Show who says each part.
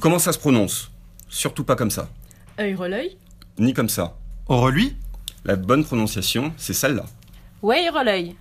Speaker 1: Comment ça se prononce Surtout pas comme ça.
Speaker 2: œil releuil,
Speaker 1: Ni comme ça.
Speaker 3: Au relui
Speaker 1: La bonne prononciation, c'est celle-là.
Speaker 2: ouais releuil.